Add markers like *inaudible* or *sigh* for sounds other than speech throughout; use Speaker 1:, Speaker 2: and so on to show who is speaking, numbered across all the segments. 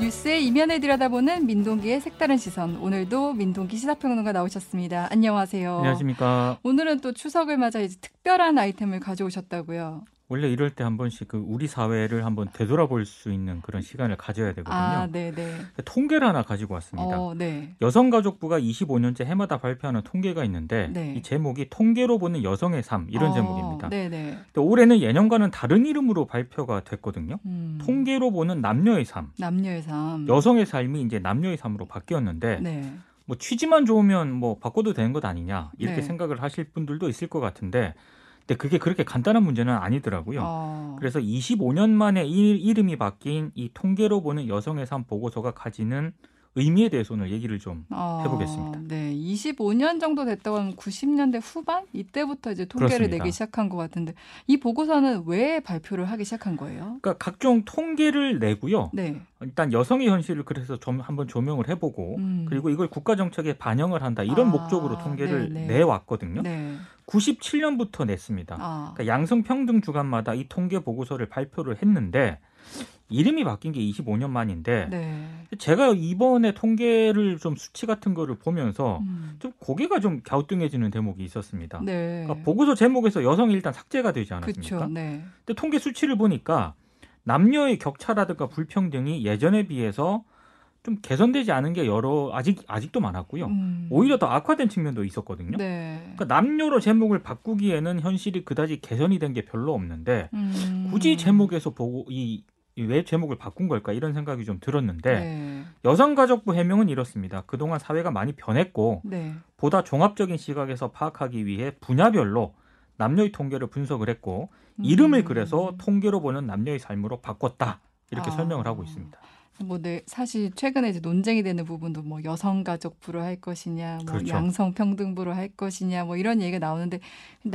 Speaker 1: 뉴스의 이면을 들여다보는 민동기의 색다른 시선. 오늘도 민동기 시사평론가 나오셨습니다. 안녕하세요.
Speaker 2: 안녕하십니까.
Speaker 1: 오늘은 또 추석을 맞아 이제 특별한 아이템을 가져오셨다고요.
Speaker 2: 원래 이럴 때 한 번씩 그 우리 사회를 한번 되돌아볼 수 있는 그런 시간을 가져야 되거든요.
Speaker 1: 아, 네, 네.
Speaker 2: 통계를 하나 가지고 왔습니다.
Speaker 1: 어, 네.
Speaker 2: 여성가족부가 25년째 해마다 발표하는 통계가 있는데
Speaker 1: 네.
Speaker 2: 이 제목이 통계로 보는 여성의 삶 이런
Speaker 1: 어,
Speaker 2: 제목입니다.
Speaker 1: 네, 네.
Speaker 2: 근데 올해는 예년과는 다른 이름으로 발표가 됐거든요.
Speaker 1: 음,
Speaker 2: 통계로 보는 남녀의 삶.
Speaker 1: 남녀의 삶.
Speaker 2: 여성의 삶이 이제 남녀의 삶으로 바뀌었는데
Speaker 1: 네.
Speaker 2: 뭐 취지만 좋으면 뭐 바꿔도 되는 것 아니냐 이렇게
Speaker 1: 네.
Speaker 2: 생각을 하실 분들도 있을 것 같은데 근데 그게 그렇게 간단한 문제는 아니더라고요.
Speaker 1: 어,
Speaker 2: 그래서 25년 만에 이 이름이 바뀐 이 통계로 보는 여성의 삶 보고서가 가지는 의미에 대해서 오늘 얘기를 좀
Speaker 1: 어,
Speaker 2: 해보겠습니다.
Speaker 1: 네, 25년 정도 됐다고 하면 90년대 후반 이때부터 이제 통계를
Speaker 2: 그렇습니다.
Speaker 1: 내기 시작한 것 같은데 이 보고서는 왜 발표를 하기 시작한 거예요?
Speaker 2: 그러니까 각종 통계를 내고요.
Speaker 1: 네.
Speaker 2: 일단 여성의 현실을 그래서 좀 한번 조명을 해보고
Speaker 1: 음.
Speaker 2: 어, 그리고 이걸 국가 정책에 반영을 한다 이런
Speaker 1: 아,
Speaker 2: 목적으로 통계를
Speaker 1: 네, 네.
Speaker 2: 내왔거든요.
Speaker 1: 네.
Speaker 2: 97년부터 냈습니다.
Speaker 1: 아.
Speaker 2: 그러니까 양성평등 주간마다 이 통계 보고서를 발표를 했는데 이름이 바뀐 게 25년 만인데
Speaker 1: 네.
Speaker 2: 제가 이번에 통계를 좀 수치 같은 거를 보면서
Speaker 1: 음.
Speaker 2: 좀 고개가 좀 갸우뚱해지는 대목이 있었습니다.
Speaker 1: 네.
Speaker 2: 그러니까 보고서 제목에서 여성이 일단 삭제가 되지 않았습니까?
Speaker 1: 그렇죠. 네.
Speaker 2: 근데 통계 수치를 보니까 남녀의 격차라든가 불평등이 예전에 비해서 좀 개선되지 않은 게 여러 아직 아직도 많았고요.
Speaker 1: 음.
Speaker 2: 어, 오히려 더 악화된 측면도 있었거든요.
Speaker 1: 네.
Speaker 2: 그러니까 남녀로 제목을 바꾸기에는 현실이 그다지 개선이 된 게 별로 없는데
Speaker 1: 음.
Speaker 2: 굳이 제목에서 보고 이 왜 제목을 바꾼 걸까 이런 생각이 좀 들었는데
Speaker 1: 네.
Speaker 2: 여성가족부 해명은 이렇습니다. 그동안 사회가 많이 변했고
Speaker 1: 네.
Speaker 2: 보다 종합적인 시각에서 파악하기 위해 분야별로 남녀의 통계를 분석을 했고 이름을
Speaker 1: 음.
Speaker 2: 그래서 통계로 보는 남녀의 삶으로 바꿨다 이렇게
Speaker 1: 아.
Speaker 2: 설명을 하고 있습니다.
Speaker 1: 뭐 네, 사실 최근에 이제 논쟁이 되는 부분도 뭐 여성가족부로 할 것이냐, 뭐
Speaker 2: 그렇죠.
Speaker 1: 양성평등부로 할 것이냐, 뭐 이런 얘기가 나오는데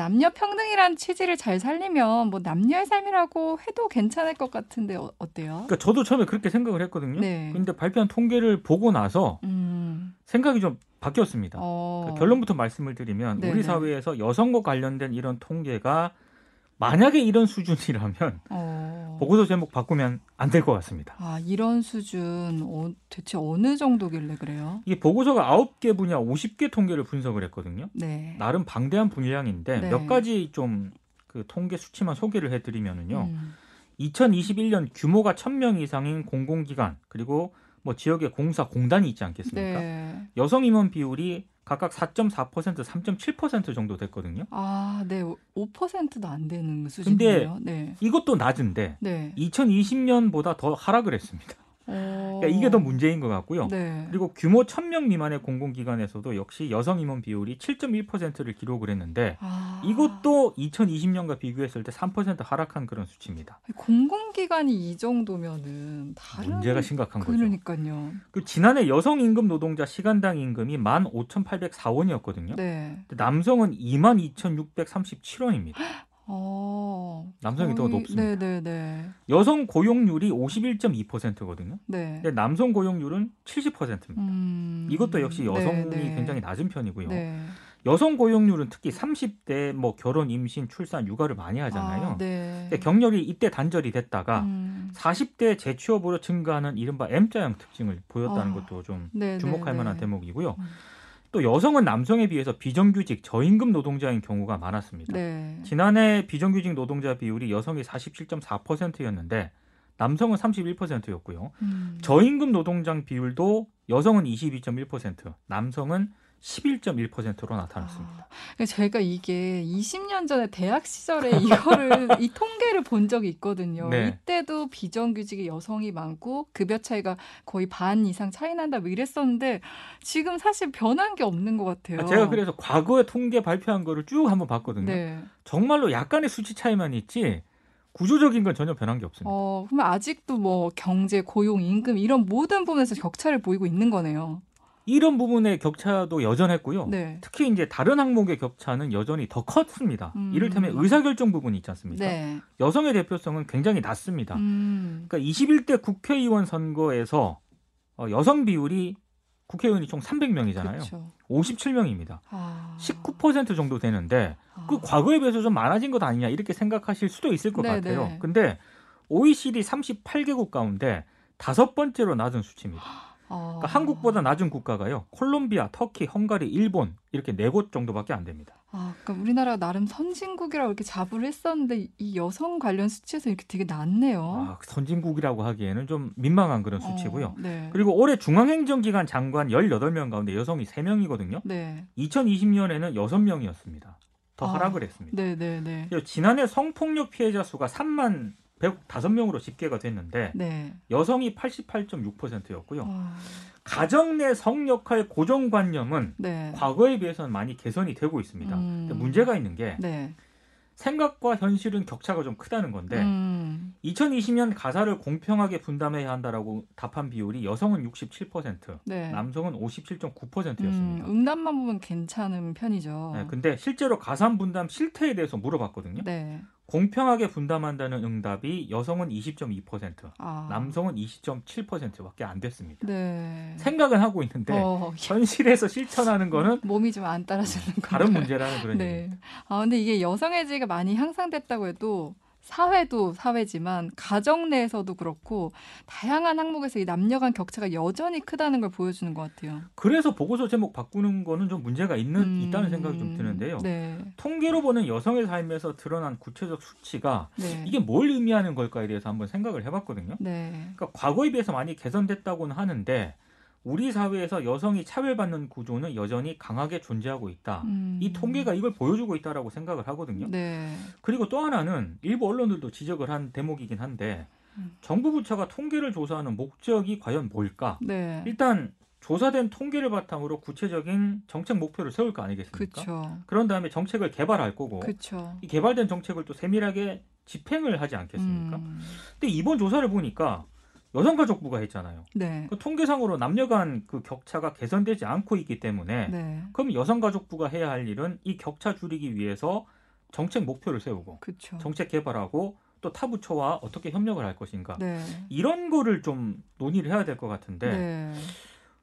Speaker 1: 남녀평등이란 취지를 잘 살리면 뭐 남녀의 삶이라고 해도 괜찮을 것 같은데 어, 어때요?
Speaker 2: 그러니까 저도 처음에 그렇게 생각을 했거든요.
Speaker 1: 네.
Speaker 2: 근데 발표한 통계를 보고 나서
Speaker 1: 음,
Speaker 2: 생각이 좀 바뀌었습니다.
Speaker 1: 어,
Speaker 2: 그러니까 결론부터 말씀을 드리면
Speaker 1: 네네.
Speaker 2: 우리 사회에서 여성과 관련된 이런 통계가 만약에 이런 수준이라면
Speaker 1: 어.
Speaker 2: 보고서 제목 바꾸면 안 될 것 같습니다.
Speaker 1: 아 이런 수준 어, 대체 어느 정도길래 그래요?
Speaker 2: 이게 보고서가 9개 분야 50개 통계를 분석을 했거든요.
Speaker 1: 네.
Speaker 2: 나름 방대한 분량인데
Speaker 1: 네.
Speaker 2: 몇 가지 좀 그 통계 수치만 소개를 해드리면은요.
Speaker 1: 음,
Speaker 2: 2021년 규모가 1000명 이상인 공공기관 그리고 뭐 지역의 공사 공단이 있지 않겠습니까?
Speaker 1: 네.
Speaker 2: 여성 임원 비율이 각각 4.4% 3.7% 정도 됐거든요.
Speaker 1: 아, 네. 5%도 안 되는 그 수준이에요. 네.
Speaker 2: 이것도 낮은데
Speaker 1: 네.
Speaker 2: 2020년보다 더 하락을 했습니다.
Speaker 1: 어.
Speaker 2: 그러니까 이게 더 문제인 것 같고요.
Speaker 1: 네.
Speaker 2: 그리고 규모 1000명 미만의 공공기관에서도 역시 여성 임원 비율이 7.1%를 기록을 했는데
Speaker 1: 아.
Speaker 2: 이것도 2020년과 비교했을 때 3% 하락한 그런 수치입니다.
Speaker 1: 공공기관이 이 정도면은 다른
Speaker 2: 문제가 심각한 거죠.
Speaker 1: 그러니까요.
Speaker 2: 그 지난해 여성 임금 노동자 시간당 임금이 15,804원이었거든요.
Speaker 1: 네.
Speaker 2: 남성은 22,637원입니다.
Speaker 1: 어.
Speaker 2: 남성이 더 높습니다.
Speaker 1: 네, 네, 네.
Speaker 2: 여성 고용률이 51.2%거든요.
Speaker 1: 네.
Speaker 2: 근데 남성 고용률은 70%입니다.
Speaker 1: 음.
Speaker 2: 그러니까 이것도 역시 여성이
Speaker 1: 네, 네.
Speaker 2: 굉장히 낮은 편이고요.
Speaker 1: 네.
Speaker 2: 여성 고용률은 특히 30대 뭐 결혼, 임신, 출산, 육아를 많이 하잖아요.
Speaker 1: 아, 네.
Speaker 2: 근데 경력이 이때 단절이 됐다가
Speaker 1: 음.
Speaker 2: 40대 재취업으로 증가하는 이른바 M자형 특징을 보였다는
Speaker 1: 아.
Speaker 2: 것도 좀
Speaker 1: 네,
Speaker 2: 주목할
Speaker 1: 네,
Speaker 2: 만한
Speaker 1: 네.
Speaker 2: 대목이고요.
Speaker 1: 음.
Speaker 2: 또 여성은 남성에 비해서 비정규직 저임금 노동자인 경우가 많았습니다.
Speaker 1: 네.
Speaker 2: 지난해 비정규직 노동자 비율이 여성이 47.4%였는데 남성은 31%였고요.
Speaker 1: 음.
Speaker 2: 저임금 노동자 비율도 여성은 22.1%, 남성은 11.1%로 나타났습니다.
Speaker 1: 아, 제가 이게 20년 전에 대학 시절에 이거를
Speaker 2: *laughs*
Speaker 1: 이 통계를 본 적이 있거든요.
Speaker 2: 네.
Speaker 1: 이때도 비정규직이 여성이 많고 급여 차이가 거의 반 이상 차이 난다 뭐 이랬었는데 지금 사실 변한 게 없는 것 같아요.
Speaker 2: 제가 그래서 과거에 통계 발표한 거를 쭉 한번 봤거든요.
Speaker 1: 네.
Speaker 2: 정말로 약간의 수치 차이만 있지 구조적인 건 전혀 변한 게 없습니다.
Speaker 1: 어, 그러면 아직도 뭐 경제, 고용, 임금 이런 모든 부분에서 격차를 보이고 있는 거네요.
Speaker 2: 이런 부분의 격차도 여전했고요.
Speaker 1: 네.
Speaker 2: 특히 이제 다른 항목의 격차는 여전히 더 컸습니다.
Speaker 1: 음.
Speaker 2: 이를테면 의사결정 부분이 있지 않습니까?
Speaker 1: 네.
Speaker 2: 여성의 대표성은 굉장히 낮습니다.
Speaker 1: 음.
Speaker 2: 그러니까 21대 국회의원 선거에서 어, 여성 비율이 국회의원이 총 300명이잖아요.
Speaker 1: 그렇죠.
Speaker 2: 57명입니다.
Speaker 1: 아.
Speaker 2: 19% 정도 되는데
Speaker 1: 아.
Speaker 2: 그 과거에 비해서 좀 많아진 것 아니냐 이렇게 생각하실 수도 있을 것
Speaker 1: 네,
Speaker 2: 같아요.
Speaker 1: 네.
Speaker 2: 근데 OECD 38개국 가운데 다섯 번째로 낮은 수치입니다.
Speaker 1: 어.
Speaker 2: 그러니까 한국보다 낮은 국가가요. 콜롬비아, 터키, 헝가리, 일본 이렇게 네 곳 정도밖에 안 됩니다.
Speaker 1: 아, 그러니까 우리나라 나름 선진국이라고 이렇게 자부를 했었는데 이 여성 관련 수치에서 이렇게 되게 낮네요.
Speaker 2: 아, 선진국이라고 하기에는 좀 민망한 그런 수치고요.
Speaker 1: 어, 네.
Speaker 2: 그리고 올해 중앙행정기관 장관 18명 가운데 여성이 3명이거든요.
Speaker 1: 네.
Speaker 2: 2020년에는 6명이었습니다. 더
Speaker 1: 아.
Speaker 2: 하락을 했습니다.
Speaker 1: 네, 네, 네.
Speaker 2: 그리고 지난해 성폭력 피해자 수가 3만 105명으로 집계가 됐는데
Speaker 1: 네.
Speaker 2: 여성이 88.6%였고요.
Speaker 1: 아,
Speaker 2: 가정 내 성역할 고정관념은
Speaker 1: 네.
Speaker 2: 과거에 비해서는 많이 개선이 되고 있습니다.
Speaker 1: 음.
Speaker 2: 근데 문제가 있는 게
Speaker 1: 네.
Speaker 2: 생각과 현실은 격차가 좀 크다는 건데
Speaker 1: 음.
Speaker 2: 2020년 가사를 공평하게 분담해야 한다라고 답한 비율이 여성은 67%,
Speaker 1: 네.
Speaker 2: 남성은
Speaker 1: 음,
Speaker 2: 57.9%였습니다.
Speaker 1: 응답만 보면 괜찮은 편이죠.
Speaker 2: 네, 근데 실제로 가산 분담 실태에 대해서 물어봤거든요.
Speaker 1: 네.
Speaker 2: 공평하게 분담한다는 응답이 여성은 20.2%,
Speaker 1: 아.
Speaker 2: 남성은 20.7%밖에 안 됐습니다.
Speaker 1: 네.
Speaker 2: 생각은 하고 있는데
Speaker 1: 어,
Speaker 2: 현실에서 실천하는 거는
Speaker 1: 몸이 좀 안 따라주는 거.
Speaker 2: 다른 문제라는 그런
Speaker 1: 네.
Speaker 2: 얘기입니다.
Speaker 1: 아 근데 이게 여성의 지위가 많이 향상됐다고 해도 사회도 사회지만 가정 내에서도 그렇고 다양한 항목에서 이 남녀 간 격차가 여전히 크다는 걸 보여주는 것 같아요.
Speaker 2: 그래서 보고서 제목 바꾸는 거는 좀 문제가 있는
Speaker 1: 음,
Speaker 2: 있다는 생각이 좀 드는데요.
Speaker 1: 네.
Speaker 2: 통계로 보는 여성의 삶에서 드러난 구체적 수치가
Speaker 1: 네.
Speaker 2: 이게 뭘 의미하는 걸까에 대해서 한번 생각을 해봤거든요.
Speaker 1: 네.
Speaker 2: 그러니까 과거에 비해서 많이 개선됐다고는 하는데 우리 사회에서 여성이 차별받는 구조는 여전히 강하게 존재하고 있다.
Speaker 1: 음.
Speaker 2: 이 통계가 이걸 보여주고 있다라고 생각을 하거든요.
Speaker 1: 네.
Speaker 2: 그리고 또 하나는 일부 언론들도 지적을 한 대목이긴 한데
Speaker 1: 음.
Speaker 2: 정부 부처가 통계를 조사하는 목적이 과연 뭘까?
Speaker 1: 네.
Speaker 2: 일단 조사된 통계를 바탕으로 구체적인 정책 목표를 세울 거 아니겠습니까?
Speaker 1: 그렇죠.
Speaker 2: 그런 다음에 정책을 개발할 거고
Speaker 1: 그렇죠.
Speaker 2: 이 개발된 정책을 또 세밀하게 집행을 하지 않겠습니까?
Speaker 1: 음.
Speaker 2: 근데 이번 조사를 보니까 여성가족부가 했잖아요.
Speaker 1: 네.
Speaker 2: 그 통계상으로 남녀 간 그 격차가 개선되지 않고 있기 때문에
Speaker 1: 네.
Speaker 2: 그럼 여성가족부가 해야 할 일은 이 격차 줄이기 위해서 정책 목표를 세우고
Speaker 1: 그렇죠.
Speaker 2: 정책 개발하고 또 타 부처와 어떻게 협력을 할 것인가
Speaker 1: 네.
Speaker 2: 이런 거를 좀 논의를 해야 될 것 같은데
Speaker 1: 네.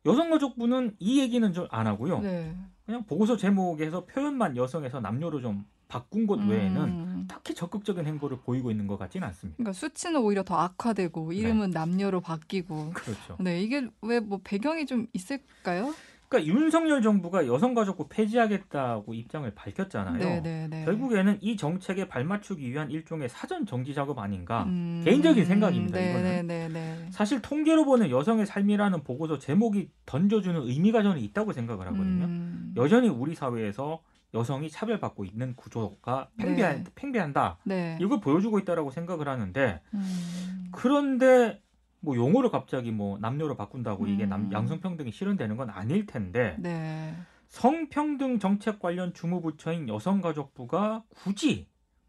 Speaker 2: 여성가족부는 이 얘기는 좀 안 하고요
Speaker 1: 네.
Speaker 2: 그냥 보고서 제목에서 표현만 여성에서 남녀로 좀 바꾼 것그 외에는
Speaker 1: 음.
Speaker 2: 딱히 적극적인 행보를 보이고 있는 것 같지는
Speaker 1: *laughs*
Speaker 2: 않습니다.
Speaker 1: 그러니까 수치는 오히려 더 악화되고
Speaker 2: 네.
Speaker 1: 이름은 남녀로 바뀌고
Speaker 2: 그렇죠.
Speaker 1: 네, 이게 왜 뭐 배경이 좀 있을까요?
Speaker 2: 그러니까 윤석열 정부가 여성가족부 폐지하겠다고 입장을 밝혔잖아요.
Speaker 1: 네, 네.
Speaker 2: 결국에는 이 정책에 발맞추기 위한 일종의 사전 정지 작업 아닌가.
Speaker 1: 음,
Speaker 2: 개인적인 생각입니다,
Speaker 1: 네,
Speaker 2: 이거는.
Speaker 1: 네, 네, 네.
Speaker 2: 사실 통계로 보는 여성의 삶이라는 보고서 제목이 던져주는 의미가 저는 있다고 생각을 하거든요.
Speaker 1: 음,
Speaker 2: 여전히 우리 사회에서 여성이 차별받고 있는 구조가 팽배한, 팽배한다.
Speaker 1: 네.
Speaker 2: 이걸 보여주고 있다라고 생각을 하는데
Speaker 1: 음,
Speaker 2: 그런데 뭐 용어를 갑자기 뭐 남녀로 바꾼다고 이게 남-
Speaker 1: 음.
Speaker 2: 양성평등이 실현되는 건 아닐 텐데
Speaker 1: 네.
Speaker 2: 성평등 정책 관련 주무부처인 여성가족부가 굳이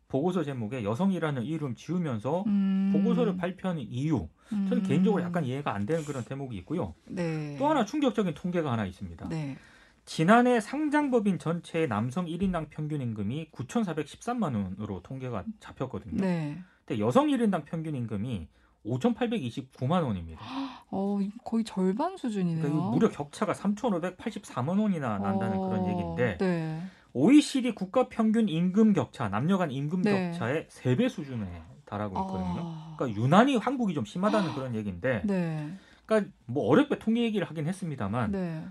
Speaker 2: 보고서 제목에 여성이라는 이름 지으면서
Speaker 1: 음,
Speaker 2: 보고서를 발표하는 이유 저는
Speaker 1: 음,
Speaker 2: 개인적으로 약간 이해가 안 되는 그런 대목이 있고요
Speaker 1: 네.
Speaker 2: 또 하나 충격적인 통계가 하나 있습니다
Speaker 1: 네.
Speaker 2: 지난해 상장법인 전체의 남성 1인당 평균 임금이 9,413만 원으로 통계가 잡혔거든요
Speaker 1: 네.
Speaker 2: 근데 여성 1인당 평균 임금이 5,829만 원입니다
Speaker 1: 어, 거의 절반 수준이네요.
Speaker 2: 그러니까 이 무려 격차가 3,584만 원이나 난다는 그런
Speaker 1: 어,
Speaker 2: 얘기인데
Speaker 1: 네.
Speaker 2: OECD 국가 평균 임금 격차, 남녀 간 임금
Speaker 1: 네.
Speaker 2: 격차의 3배 수준에 달하고 있거든요.
Speaker 1: 아,
Speaker 2: 뭐 그러니까 유난히 한국이 좀 심하다는 그런 얘기인데,
Speaker 1: 네.
Speaker 2: 그러니까 뭐 어렵게 통계 얘기를 하긴 했습니다만,
Speaker 1: 네.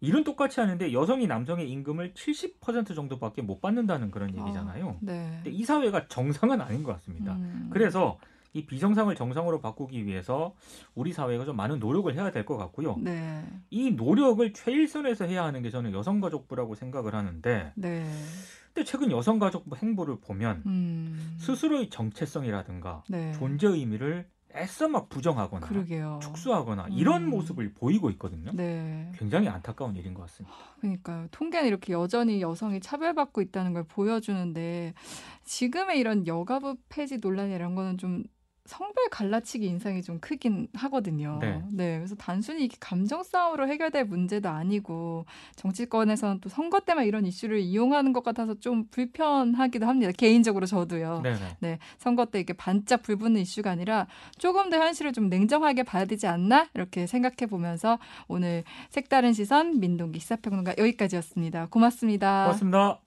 Speaker 2: 일은 똑같이 하는데 여성이 남성의 임금을 70% 정도밖에 못 받는다는 그런 얘기잖아요.
Speaker 1: 네.
Speaker 2: 근데 이 사회가 정상은 아닌 것 같습니다.
Speaker 1: 음,
Speaker 2: 그래서 이 비정상을 정상으로 바꾸기 위해서 우리 사회가 좀 많은 노력을 해야 될 것 같고요.
Speaker 1: 네.
Speaker 2: 이 노력을 최일선에서 해야 하는 게 저는 여성가족부라고 생각을 하는데,
Speaker 1: 네.
Speaker 2: 근데 최근 여성가족부 행보를 보면
Speaker 1: 음.
Speaker 2: 스스로의 정체성이라든가
Speaker 1: 네.
Speaker 2: 존재 의미를 애써 막 부정하거나
Speaker 1: 그러게요.
Speaker 2: 축소하거나 이런
Speaker 1: 음.
Speaker 2: 모습을 보이고 있거든요.
Speaker 1: 네.
Speaker 2: 굉장히 안타까운 일인 것 같습니다.
Speaker 1: 그러니까요. 통계는 이렇게 여전히 여성이 차별받고 있다는 걸 보여주는데 지금의 이런 여가부 폐지 논란 이런 거는 좀 성별 갈라치기 인상이 좀 크긴 하거든요.
Speaker 2: 네.
Speaker 1: 그래서 단순히 이게 감정 싸움으로 해결될 문제도 아니고 정치권에서는 또 선거 때만 이런 이슈를 이용하는 것 같아서 좀 불편하기도 합니다. 개인적으로 저도요.
Speaker 2: 네네.
Speaker 1: 네, 선거 때 이렇게 반짝 불붙는 이슈가 아니라 조금 더 현실을 좀 냉정하게 봐야 되지 않나 이렇게 생각해 보면서 오늘 색다른 시선 민동기 시사평론가 여기까지였습니다. 고맙습니다.
Speaker 2: 고맙습니다.